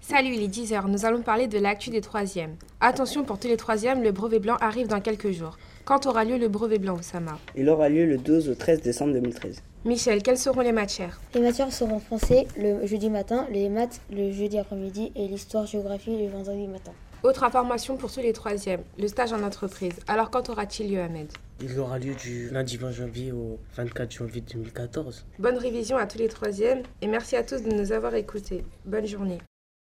Salut, il est 10h, nous allons parler de l'actu des troisièmes. Attention, pour tous les troisièmes, le brevet blanc arrive dans quelques jours. Quand aura lieu le brevet blanc, Oussama Il aura lieu le 12 au 13 décembre 2013. Michel, quelles seront les matières Les matières seront français le jeudi matin, les maths le jeudi après-midi et l'histoire-géographie le vendredi matin. Autre information pour tous les troisièmes, le stage en entreprise. Alors quand aura-t-il lieu, Ahmed Il aura lieu du lundi 20 janvier au 24 janvier 2014. Bonne révision à tous les troisièmes et merci à tous de nous avoir écoutés. Bonne journée.